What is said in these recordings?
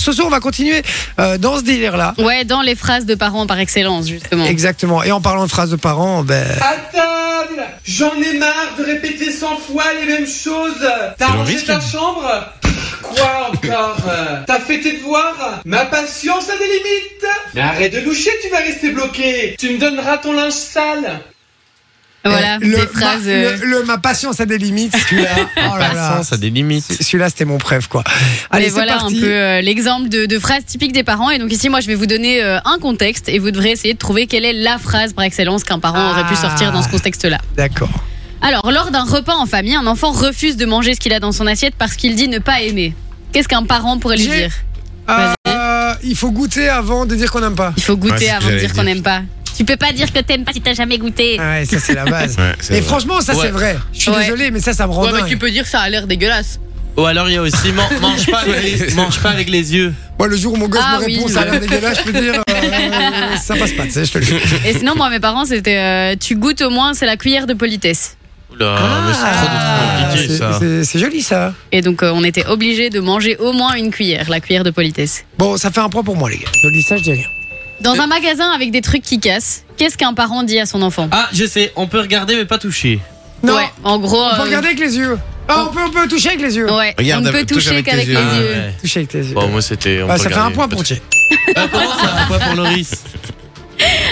ce soir, on va continuer euh, dans ce délire-là. Ouais, dans les phrases de parents par excellence, justement. Exactement. Et en parlant de phrases de parents, ben. À table J'en ai marre de répéter 100 fois les mêmes choses T'as C'est le rangé risque. ta chambre Quoi encore euh, T'as fait tes devoirs Ma patience a des limites Mais arrête de loucher, tu vas rester bloqué Tu me donneras ton linge sale Voilà, euh, le, des phrases. ma, euh, le- le- ma patience a des limites, celui-là. Oh là là. Passant, ça a des limites. Celui-là, c'était mon préf, quoi. Allez, mais c'est voilà parti. un peu euh, l'exemple de, de phrases typiques des parents. Et donc ici, moi, je vais vous donner euh, un contexte et vous devrez essayer de trouver quelle est la phrase par excellence qu'un parent aurait pu Ah. sortir dans ce contexte-là. D'accord. Alors, lors d'un repas en famille, un enfant refuse de manger ce qu'il a dans son assiette parce qu'il dit ne pas aimer. Qu'est-ce qu'un parent pourrait lui J'ai- dire Euh, il faut goûter avant de dire qu'on n'aime pas. Il faut Ouais, goûter c'est ce que avant de j'allais dire qu'on dire. n'aime pas. Tu peux pas dire que t'aimes pas si t'as jamais goûté. Ah Ouais, ça c'est la base. Ouais, c'est Et vrai. franchement, ça c'est Ouais. vrai. Je suis Ouais. désolé, mais ça, ça me rend Ouais, mais dingue. tu peux dire ça a l'air dégueulasse. Ou alors il y a aussi man- mange, pas avec les, mange pas avec les yeux. Moi, le jour où mon gosse Ah me oui, répond, oui. ça a l'air dégueulasse, je peux dire, euh, ça passe pas, tu sais, je te le dis. Et sinon, moi, mes parents, c'était euh, tu goûtes au moins, c'est la cuillère de politesse. Oula, mais Ah, c'est trop c'est- compliqué ça. c'est- C'est joli ça. Et donc, euh, on était obligés de manger au moins une cuillère, la cuillère de politesse. Bon, ça fait un point pour moi, les gars. Je dis ça, je dis rien. Dans un magasin avec des trucs qui cassent, qu'est-ce qu'un parent dit à son enfant Ah, je sais, on peut regarder mais pas toucher. Non, Ouais, en gros. on peut euh, regarder avec les yeux. Ah, on peut, on peut toucher avec les yeux. Ouais, Regarde, on ne peut touche toucher avec tes Euh, qu'avec les yeux. Ah, yeux. ouais. Toucher avec tes yeux. Bon, moi c'était. on Bah, peut ça fait un regarder, point pas pour toucher. Tché. Ah, comment ça Un point pour Loris.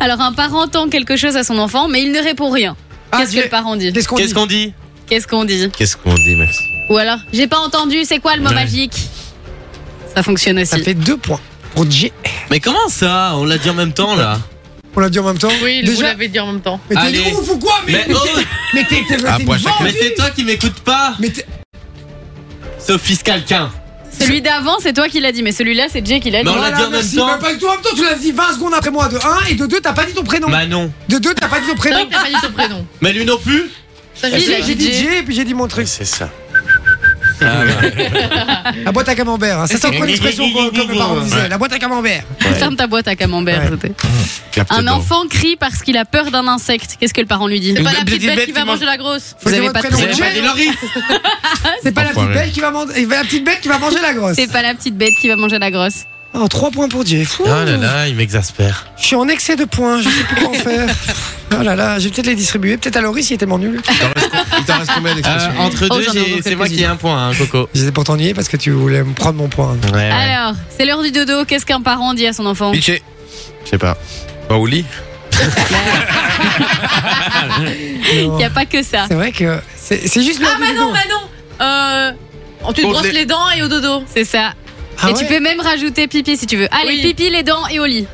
Alors, un parent tend quelque chose à son enfant, mais il ne répond rien. Ah, Qu'est-ce que j'ai- le parent dit Qu'est-ce qu'on dit Qu'est-ce qu'on dit Qu'est-ce qu'on dit Qu'est-ce qu'on dit, Max Ou alors, j'ai pas entendu, c'est quoi le mot Ouais. magique Ça fonctionne Ça aussi. fait deux points pour J. Mais comment ça On l'a dit en même temps là. On l'a dit en même temps. Oui, vous Déjà, l'avez dit en même temps. mais t'es Allez. une ouf ou quoi Mais, Mais mais oh, t'es- mais t'es t'es- Ah, t'es point une chacun. mais vendue. c'est toi qui m'écoutes pas, Mais t'es- Sophie quelqu'un. Celui d'avant, c'est toi qui l'as dit, mais celui-là, c'est Jay qui l'a dit. Non, on l'a Voilà, dit en même merci. temps. Mais pas du tout en même temps, tu l'as dit 20 secondes après moi de 1 et de 2, t'as pas dit ton prénom. Manon. De 2, t'as pas dit ton C'est vrai prénom. que t'as pas dit ton prénom. Mais lui non plus Ça, je Oui, l'ai j'ai J'ai dit J et puis j'ai dit mon truc. C'est ça. La boîte à camembert, hein. ça c'est quoi l'expression qu'on- que mes parents me disaient Ouais. La boîte à camembert. Ferme ta boîte à camembert. Ouais. c'était. Capte Un dedans. enfant crie parce qu'il a peur d'un insecte. Qu'est-ce que le parent lui dit C'est pas Une petite la petite bête bête qui qui va mange- manger la grosse. Faut Vous dire avez votre pas de prénom. prénom. J'ai- J'ai dit Loris C'est pas la petite Enfoiré. bête qui va manger, la petite bête qui va manger la grosse. C'est pas la petite bête qui va manger la grosse. Oh, 3 points pour Jay. Fou. Ah là là, il m'exaspère. Je suis en excès de points, je sais plus quoi en faire. Oh là là, j'ai peut-être les distribuer, peut-être à Loris il était tellement nul. Il t'en reste com- Il t'en reste combien Euh, d'expressions entre Oh, deux, j'en ai j'ai- encore c'est moi qui ai quelques-unes. un point, hein, Coco. J'étais pour t'ennuyer parce que tu voulais me prendre mon point. Eh Ouais, ouais. Alors, c'est l'heure du dodo. Qu'est-ce qu'un parent dit à son enfant Piqué. Je sais pas. Bah, Pas au lit Il n'y a pas bah, que ça. C'est vrai que c'est c'est juste Ah, l'heure du Manon, dodo. Manon euh, Tu te Bon, brosses les- les dents et au dodo. C'est ça. Ah et ouais tu peux même rajouter pipi si tu veux. Allez, Oui. pipi, les dents et au lit.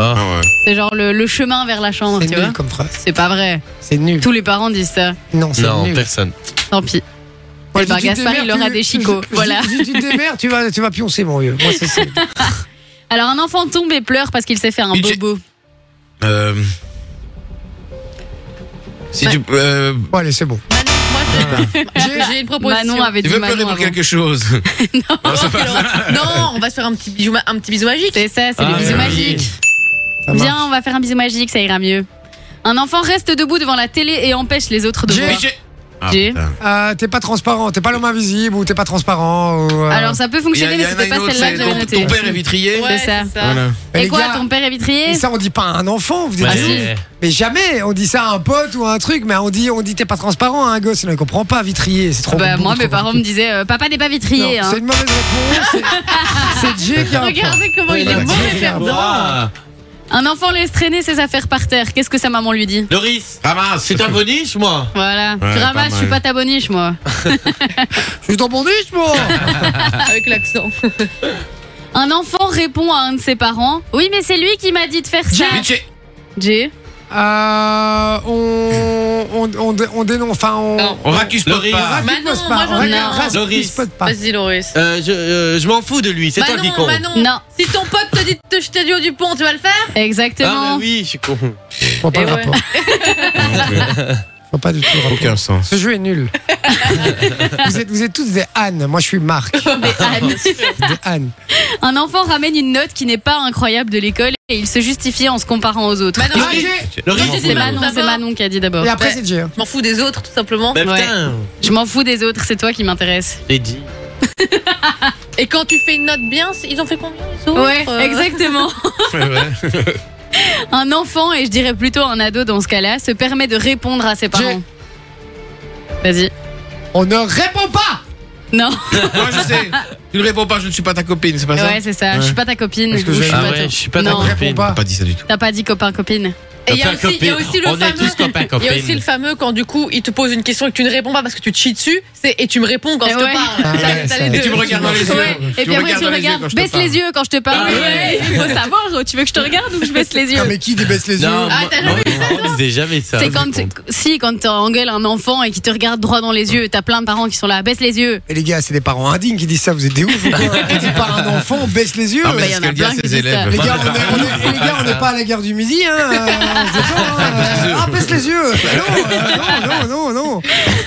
Ah ouais. C'est genre le, le chemin vers la chambre, C'est tu vois. nul comme phrase. C'est pas vrai. C'est nul. Tous les parents disent ça. Non, c'est Non, nul. personne. Tant pis. Moi, Eh ben, je dis, tu te Gaspard, il démerdes, aura tu- des chicots. je- je- Voilà. je- Tu te démerdes, tu vas, tu vas pioncer, mon vieux. Moi, c'est ça. Alors, un enfant tombe et pleure parce qu'il s'est fait un Il- bobo. Euh. Si Ouais. tu. euh, Bon, allez, c'est bon. Manon, moi j'ai- j'ai j'ai une proposition. Manon avait Tu dit veux pleurer Manon pour avant. quelque chose Oh, quel horreur. Non, on va se faire un petit bisou, ma- un petit bisou magique. C'est ça, c'est Ah, le bisou oui. magique. Ça marche. Viens, on va faire un bisou magique, ça ira mieux. Un enfant reste debout devant la télé et empêche les autres de J'ai- voir. Piqué. Ah, J'ai. putain. Euh, t'es pas transparent, t'es pas l'homme invisible ou t'es pas transparent. ou, euh, Alors, ça Il peut y a- fonctionner, il y mais en a c'était une pas autre, celle-là c'est que j'avais ton- notée. Ton père est vitrier Ouais, c'est ça. Voilà. mais Et les quoi, gars, ton père est vitrier et ça, on dit pas à un Ah, enfant, vous êtes Bah, fous. si. Ouais. Mais jamais on dit ça à un pote ou à un truc, mais on dit on dit t'es pas transparent à un gosse, il ne comprend pas, vitrier, c'est trop Bah, beaucoup moi, trop mes parents me compliqué. disaient euh, Papa n'est pas vitrier. Non, hein. C'est une mauvaise réponse, c'est- c'est Jay qui a un point. Regardez comment Ouais, il bah, est mauvais tiens. perdant. Ah, Un enfant laisse traîner ses affaires par terre. Qu'est-ce que sa maman lui dit Loris, Ramasse c'est un boniche, moi Voilà. Ouais, tu pas ramasses, je mal. suis pas ta boniche, moi. Je suis dans mon niche, moi Avec l'accent. Un enfant répond à un de ses parents Oui, mais c'est lui qui m'a dit de faire ça. Piqué. Jay. Euh, on, on, on, dé- on dénonce, enfin on. Non. On racuche pas. Loris. on Manon, raconte moi, pas, on j'en ai raconte- un. raconte Loris. Ah. pas. Vas-y, Loris. Euh, Je, euh, je m'en fous de lui, c'est toi qui Manon, compte. Manon, Non. si ton pote te dit de te jeter du haut du pont, tu vas le faire Exactement. Ah, bah mais oui, je suis con. Je vois pas Et le Eh ouais. rapport. Je vois pas du tout le rapport. Aucun sens. Ce jeu est nul. vous, êtes, vous êtes tous des Anne, moi je suis Marc, Des ânes. des Anne. un enfant ramène une note qui n'est pas incroyable de l'école et il se justifie en se comparant aux autres. Manon, Ah, Jay Loris, Non, C'est Manon, Manon. c'est Manon qui a dit d'abord. Et après Ouais. c'est Jay. hein. je m'en fous des autres, tout simplement. Bah, putain, Je m'en fous des autres, c'est toi qui m'intéresse. j'ai dit. Et quand tu fais une note bien, c'est- ils ont fait combien les autres Ouais, Euh, exactement. Ouais. Un enfant, et je dirais plutôt un ado dans ce cas-là, se permet de répondre à ses parents. Vas-y. On ne répond pas Non, Moi, je sais. Tu ne réponds pas, je ne suis pas ta copine, c'est Ah, pas ça ouais, c'est ça. Je suis pas ta copine. Est-ce que ou je- je suis Ah pas ouais, ta- je suis pas ta Non. On ne répond Copine. pas. T'as pas dit ça du tout. T'as pas dit copain-copine. Et il y a Copain, aussi, il y a copine. aussi le On est fameux. tous copains, Il y a aussi copines. le fameux quand du coup il te pose une question et que tu ne réponds pas parce que tu te chies dessus, c'est et tu me réponds quand Eh je ouais. te parle. Ah ouais, T'as- t'as ça- les Et deux. tu me regardes dans les yeux. Eh Ouais. Tu Et puis me après, regardes tu dans les yeux regardes. quand je te Baisse parle. les yeux quand je te parle. Ah ouais. Ouais, Il faut savoir, tu veux que je te regarde ou que je baisse les yeux Non, Ah, mais qui débaisse les yeux Non, Ah, moi- t'as moi, jamais je disais jamais ça. C'est quand, si, quand t'engueules un enfant et qu'il te regarde droit dans les yeux, t'as plein de parents qui sont là, baisse les yeux. Mais les gars, c'est des parents indignes qui disent ça, vous êtes des ouf ou quoi On dit par un enfant, on baisse les yeux. Ah, Bah, mais y c'est en ce a qu'elle dit plein à qui disent ses ça. élèves. Les gars, on est- on est- et les gars, on n'est pas à la guerre du midi, hein. euh, on se détend, hein. Ah, baisse les yeux. Non, euh, non, non, non,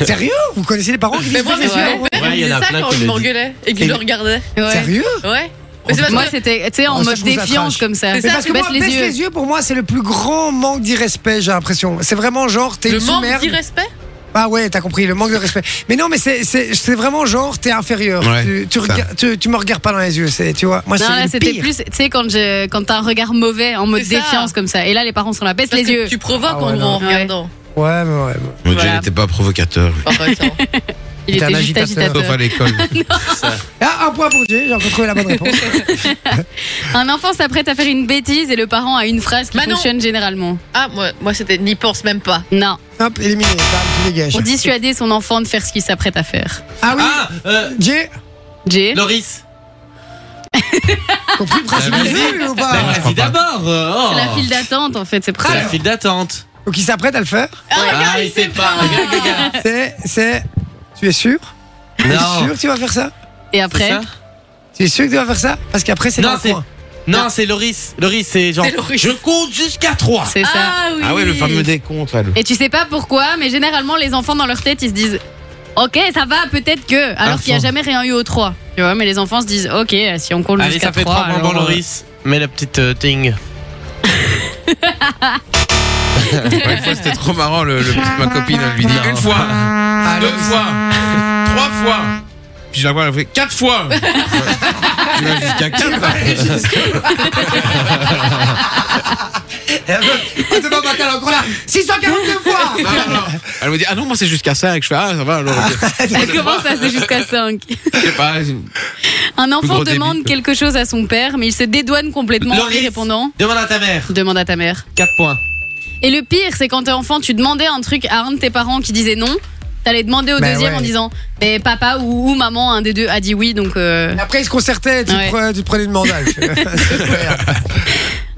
non. Sérieux Vous connaissez les parents qui Mais disent moi, baisse monsieur, les yeux mon père, Ouais, il y en me a disait plein ça qui quand le je disent. m'engueulais et Et- qu'il le regardait. Ouais. Sérieux Ouais. Mais c'est parce Moi, que- c'était, tu sais, en Oh, ça, mode je trouve ça défiance trash. comme ça. Mais C'est ça, parce que baisse moi, les baisse yeux. les yeux, pour moi, c'est le plus grand manque d'irrespect, j'ai l'impression. C'est vraiment genre, t'es le une manque sous-merde. d'irrespect Ah ouais, t'as compris, le manque de respect. Mais non, mais c'est- c'est c'est vraiment genre, t'es inférieur. Ouais, tu, tu, ça. regardes- tu, tu me regardes pas dans les yeux, c'est- tu vois. Moi, c'est Non, là, le c'était pire. plus, tu sais, quand, je- quand t'as un regard mauvais, en mode C'est ça. défiance comme ça. Et là, les parents sont là, baisse Parce les que yeux. Tu provoques Ah ouais, en gros non. en regardant. Ouais, mais ouais. ouais. Mon Dieu, il Voilà. n'était pas provocateur. Oh, bah, attends. Il T'es un était juste agitateur. Euh. agitateur. Sauf à l'école. Ah, un point pour Dieu, j'ai encore trouvé la bonne réponse. Un enfant s'apprête à faire une bêtise et le parent a une phrase qui Bah non. fonctionne généralement. Ah, moi, moi c'était n'y pense même pas. Non. Hop, éliminé, bam, tu dégages. Pour dissuader son enfant de faire ce qu'il s'apprête à faire. Ah oui, Ah, euh, Jay, Jay Loris. compris le principe Ah, du vas-y. jeu ou Bah, pas je vas-y crois pas. d'abord. euh, oh. C'est la file d'attente, en fait, c'est pour C'est ça. la file d'attente. Donc il s'apprête à le faire. Oh, Ah, il sait pas. Regarde, regarde. C'est, c'est. Tu es sûr Tu es sûr Non. que tu vas faire ça Et C'est après, ça Tu es sûr que tu vas faire ça Parce qu'après c'est Non, dans le c'est- coin. Non, c'est Loris. Loris, c'est genre. C'est Loris. Je compte jusqu'à 3. c'est ça. Ah oui Ah ouais, le fameux décompte. là, le- Et tu sais pas pourquoi, mais généralement, les enfants dans leur tête, ils se disent Ok, ça va, peut-être que. Alors qu'il n'y a Enfant. jamais rien eu au 3. Tu vois, mais les enfants se disent Ok, si on compte Allez, jusqu'à ça fait 3. 3 points alors, euh. pour Loris. Mets la petite euh, ting. Ouais, Une fois, c'était trop marrant. Le, le petit- ma copine, elle lui dit Non. une fois, Ah, deux le- fois, trois fois. Puis je la vois, elle fait quatre fois. Ouais. Tu vas jusqu'à quatre. Ah, c'est pas bacal, encore là 642 fois Non, non, non. Elle me dit ah non, moi c'est jusqu'à cinq. Je fais ah ça va alors. ok. euh, Comment ça, c'est jusqu'à 5 Je sais pas. c'est- Un enfant gros débile, demande quoi. quelque chose à son père, mais il se dédouane complètement en lui Loris. répondant Demande à ta mère. Demande à ta mère. 4 points. Et le pire, c'est quand t'es enfant, tu demandais un truc à un de tes parents qui disait non. T'allais demander au Bah deuxième ouais. en disant Mais papa ou, ou maman, un des deux a dit oui, donc. euh, Après, ils se concertaient, tu, Ouais. prenais, tu prenais une mandale.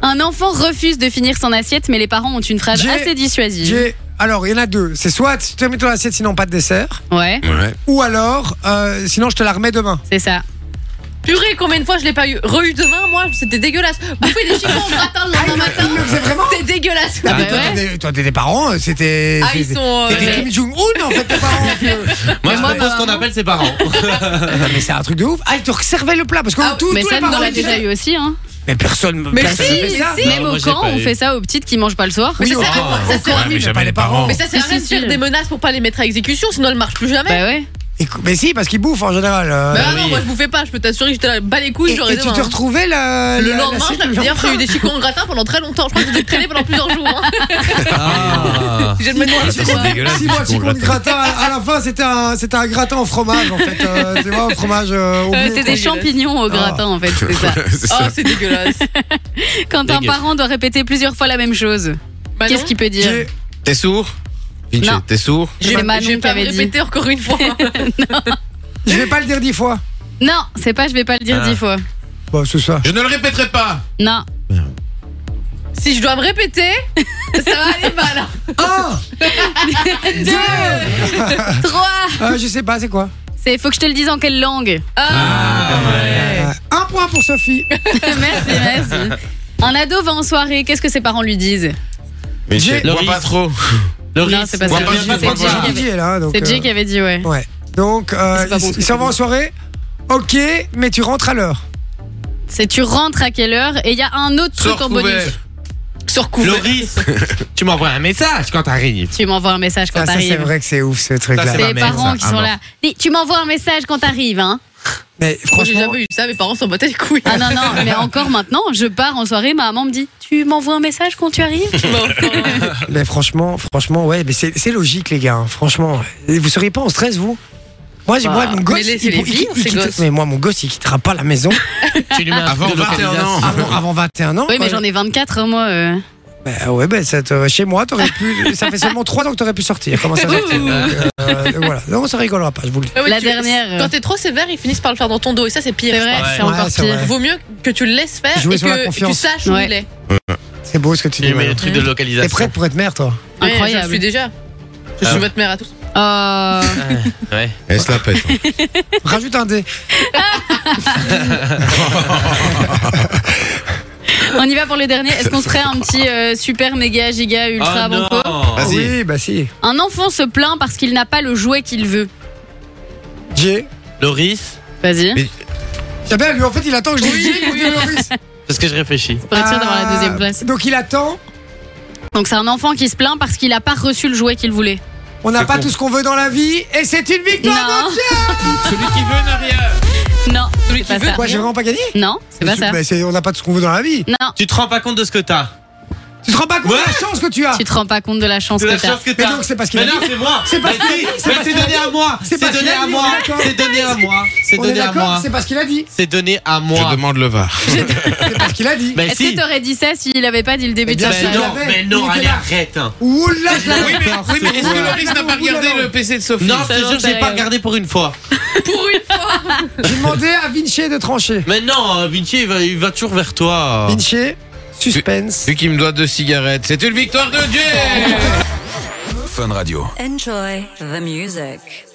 Un enfant refuse de finir son assiette, mais les parents ont une phrase J'ai- assez dissuasive. J'ai- Alors, il y en a deux. C'est soit tu te mets dans l'assiette, sinon pas de dessert. Ouais, Ouais. Ou alors, euh, sinon je te la remets demain. c'est ça. Purée, combien de fois je l'ai pas eu re-eu demain, moi C'était dégueulasse. Bouffer des chiffons au gratin le lendemain matin. Il le faisait vraiment C'est dégueulasse. Ah, mais bah toi, ouais. t'étais- toi, t'étais parents, euh, c'était. Ah, ils c'était- sont. euh, T'étais Kim Jong-un en fait, tes parents. vieux. Moi, je moi, propose bah, qu'on maman. appelle ses parents. Non, mais c'est un truc de ouf. Ah, ils te servaient le plat parce que Ah, tout, mais tous ça, les nous, on parents. l'a ils faisaient déjà ça. eu aussi. Hein. Bah, Mais personne. Mais personne si, fait ça. si. Même Non, au moi, j'ai camp, pas on eu. fait ça aux petites qui mangent pas le soir. Oui, Mais ça, oh, ah, ça, c'est encore, horrible, mais jamais pas les les parents. parents. Mais ça sert à Si, rien de si, faire si. des menaces pour pas les mettre à exécution, sinon elles marchent plus jamais. Bah ouais. Écou- Mais si, parce qu'ils bouffent en général. euh, Bah non, oui. moi je bouffais pas, je peux t'assurer que j'étais là, bas les Et, couilles, et j'aurais tu demain. hein. te retrouvais la, Le Euh, la- la lendemain, scène je le dire lendemain. j'ai eu des chicons au gratin pendant très longtemps. Je crois que j'ai traîné pendant plusieurs jours. hein. Ah. J'ai demandé à C'est dégueulasse. Si moi, chico de gratin, à à la fin, c'était un, c'était un gratin en fromage, en fait. euh, tu vois, au fromage. euh, au Euh, blé, c'est quoi. des champignons au gratin, en fait, c'est ça. C'est Oh, ça. c'est dégueulasse. Quand un Dégueu. parent doit répéter plusieurs fois la même chose, Manon, qu'est-ce qu'il peut dire J'ai- T'es sourd Vinci, Non. t'es sourd C'est Manon j'ai qui pas avait dit. répété encore une fois. Je vais pas le dire dix fois. Non, c'est pas je vais pas le dire Ah. dix fois. Bon, Bah, c'est ça. Je ne le répéterai pas Non. si je dois me répéter, ça va aller mal. hein. Oh Un, deux. Trois Euh, je sais pas, c'est quoi C'est faut que je te le dise en quelle langue Ah, ouais. Euh, Un point pour Sophie. Merci, merci. Un ado va en soirée, qu'est-ce que ses parents lui disent J'ai- Bois Loris. pas trop Loris. Non, c'est pas bois ça. pas trop, trop, bois Jay J'ai pas qui dit trop. avait- Didier, là. donc, C'est Jay euh, qui avait dit, ouais. Ouais. Donc, euh, C'est pas bon, il- ce il s'en truc. va en soirée. Ok, mais tu rentres à l'heure. C'est tu rentres à quelle heure Et il y a un autre truc Sors en bonus. couvert. Sur couvert. Loris, tu m'envoies un message quand t'arrives. Tu m'envoies un message quand Ah, ça, c'est t'arrives. vrai que c'est ouf ce Ça, truc-là. c'est C'est ma les mère, parents ça, qui sont avant. là. Dis, tu m'envoies un message quand t'arrives, hein Mais Moi, j'ai franchement, jamais eu ça, mes parents s'en battaient les couilles. Ah non, non, mais encore maintenant, je pars en soirée, ma maman me dit Tu m'envoies un message quand tu arrives mais franchement, franchement, ouais, mais c'est c'est logique, les gars. hein, franchement, Et vous seriez pas en stress, vous moi, j'ai- Bah, moi, mon mais gosse, laissez il, les il- vivre, il ces quitte- gosses. mais moi, mon gosse, il quittera pas la maison Tu lui mets un Avant truc de 21 ans. localisation. avant, avant 21 ans. Oui, mais quoi. j'en ai 24, hein, moi. euh. Bah ouais, bah, ça te- chez moi, t'aurais pu. ça fait seulement 3 ans que t'aurais pu sortir. Comment ça sortir Euh, Voilà. Non, ça rigolera pas, je vous le dis. Ah oui, La tu- dernière, euh. Quand t'es trop sévère, ils finissent par le faire dans ton dos et ça, c'est pire. C'est vrai, je pense. c'est Ouais, encore c'est pire. vrai. Vaut mieux que tu le laisses faire Jouer et sur la que tu confiance. saches où Ouais. il est. C'est beau ce que tu dis. Tu lui mets Manon. le truc de T'es localisation. prête pour être mère, toi Ouais, Incroyable. Je suis déjà. Je Ah. suis votre mère à tous. Euh, Ouais. Elle se la pète. hein. Rajoute un dé. on y va pour le dernier. Est-ce qu'on se ferait un petit euh, super méga giga ultra Oh bon pro non. Vas-y. Oui, bah si. Un enfant se plaint parce qu'il n'a pas le jouet qu'il veut. Jay. Loris, Vas-y. Ah ben, lui, en fait, il attend que je dise Oui, Jay pour oui. dire Loris. parce que je réfléchis. Pour être sûr d'avoir la deuxième place. Ah, Donc, il attend. Donc c'est un enfant qui se plaint parce qu'il n'a pas reçu le jouet qu'il voulait. On n'a C'est pas con. tout ce qu'on veut dans la vie. Et c'est une victoire Non, de Jay. Celui qui veut n'a rien. non, c'est qui pas veut, ça. Quoi, j'ai vraiment pas gagné Non, c'est pas ça. Bah, c'est- on n'a pas tout ce qu'on veut dans la vie. Non, Tu te rends pas compte de ce que t'as. Tu te rends pas compte de Ouais. la chance que tu as. tu te rends pas compte de la chance De que la t'as. chance que Mais t'as. donc, c'est parce qu'il Mais a non, dit. c'est moi. C'est parce Mais si, qu'il a dit, c'est Mais parce c'est qu'il a donné dit. à moi. C'est C'est parce qu'il donné a à dit, moi. on est d'accord. C'est donné à moi. C'est On est donné à d'accord, moi. c'est parce qu'il a dit. C'est donné à Je moi. demande le VAR. C'est parce qu'il a dit. Mais Est-ce Eh, si. Eh, que t'aurais dit ça s'il avait pas dit le début Mais de bien sa sûr. Mais phrase Il non, avait, mais il non, était allez, là. arrête. hein. Oula, je l'avais. Oui, mais, oui, mais est-ce que Loris n'a pas regardé le PC de Sophie Non, je te Non, jure, c'est j'ai pas vrai. regardé pour une fois. J'ai demandé à Vinci de trancher. Mais non, euh, Vinci, il va, il va toujours vers toi. Vinci, suspense. Celui qui me doit deux cigarettes. C'est une victoire de Dieu Enjoy the music.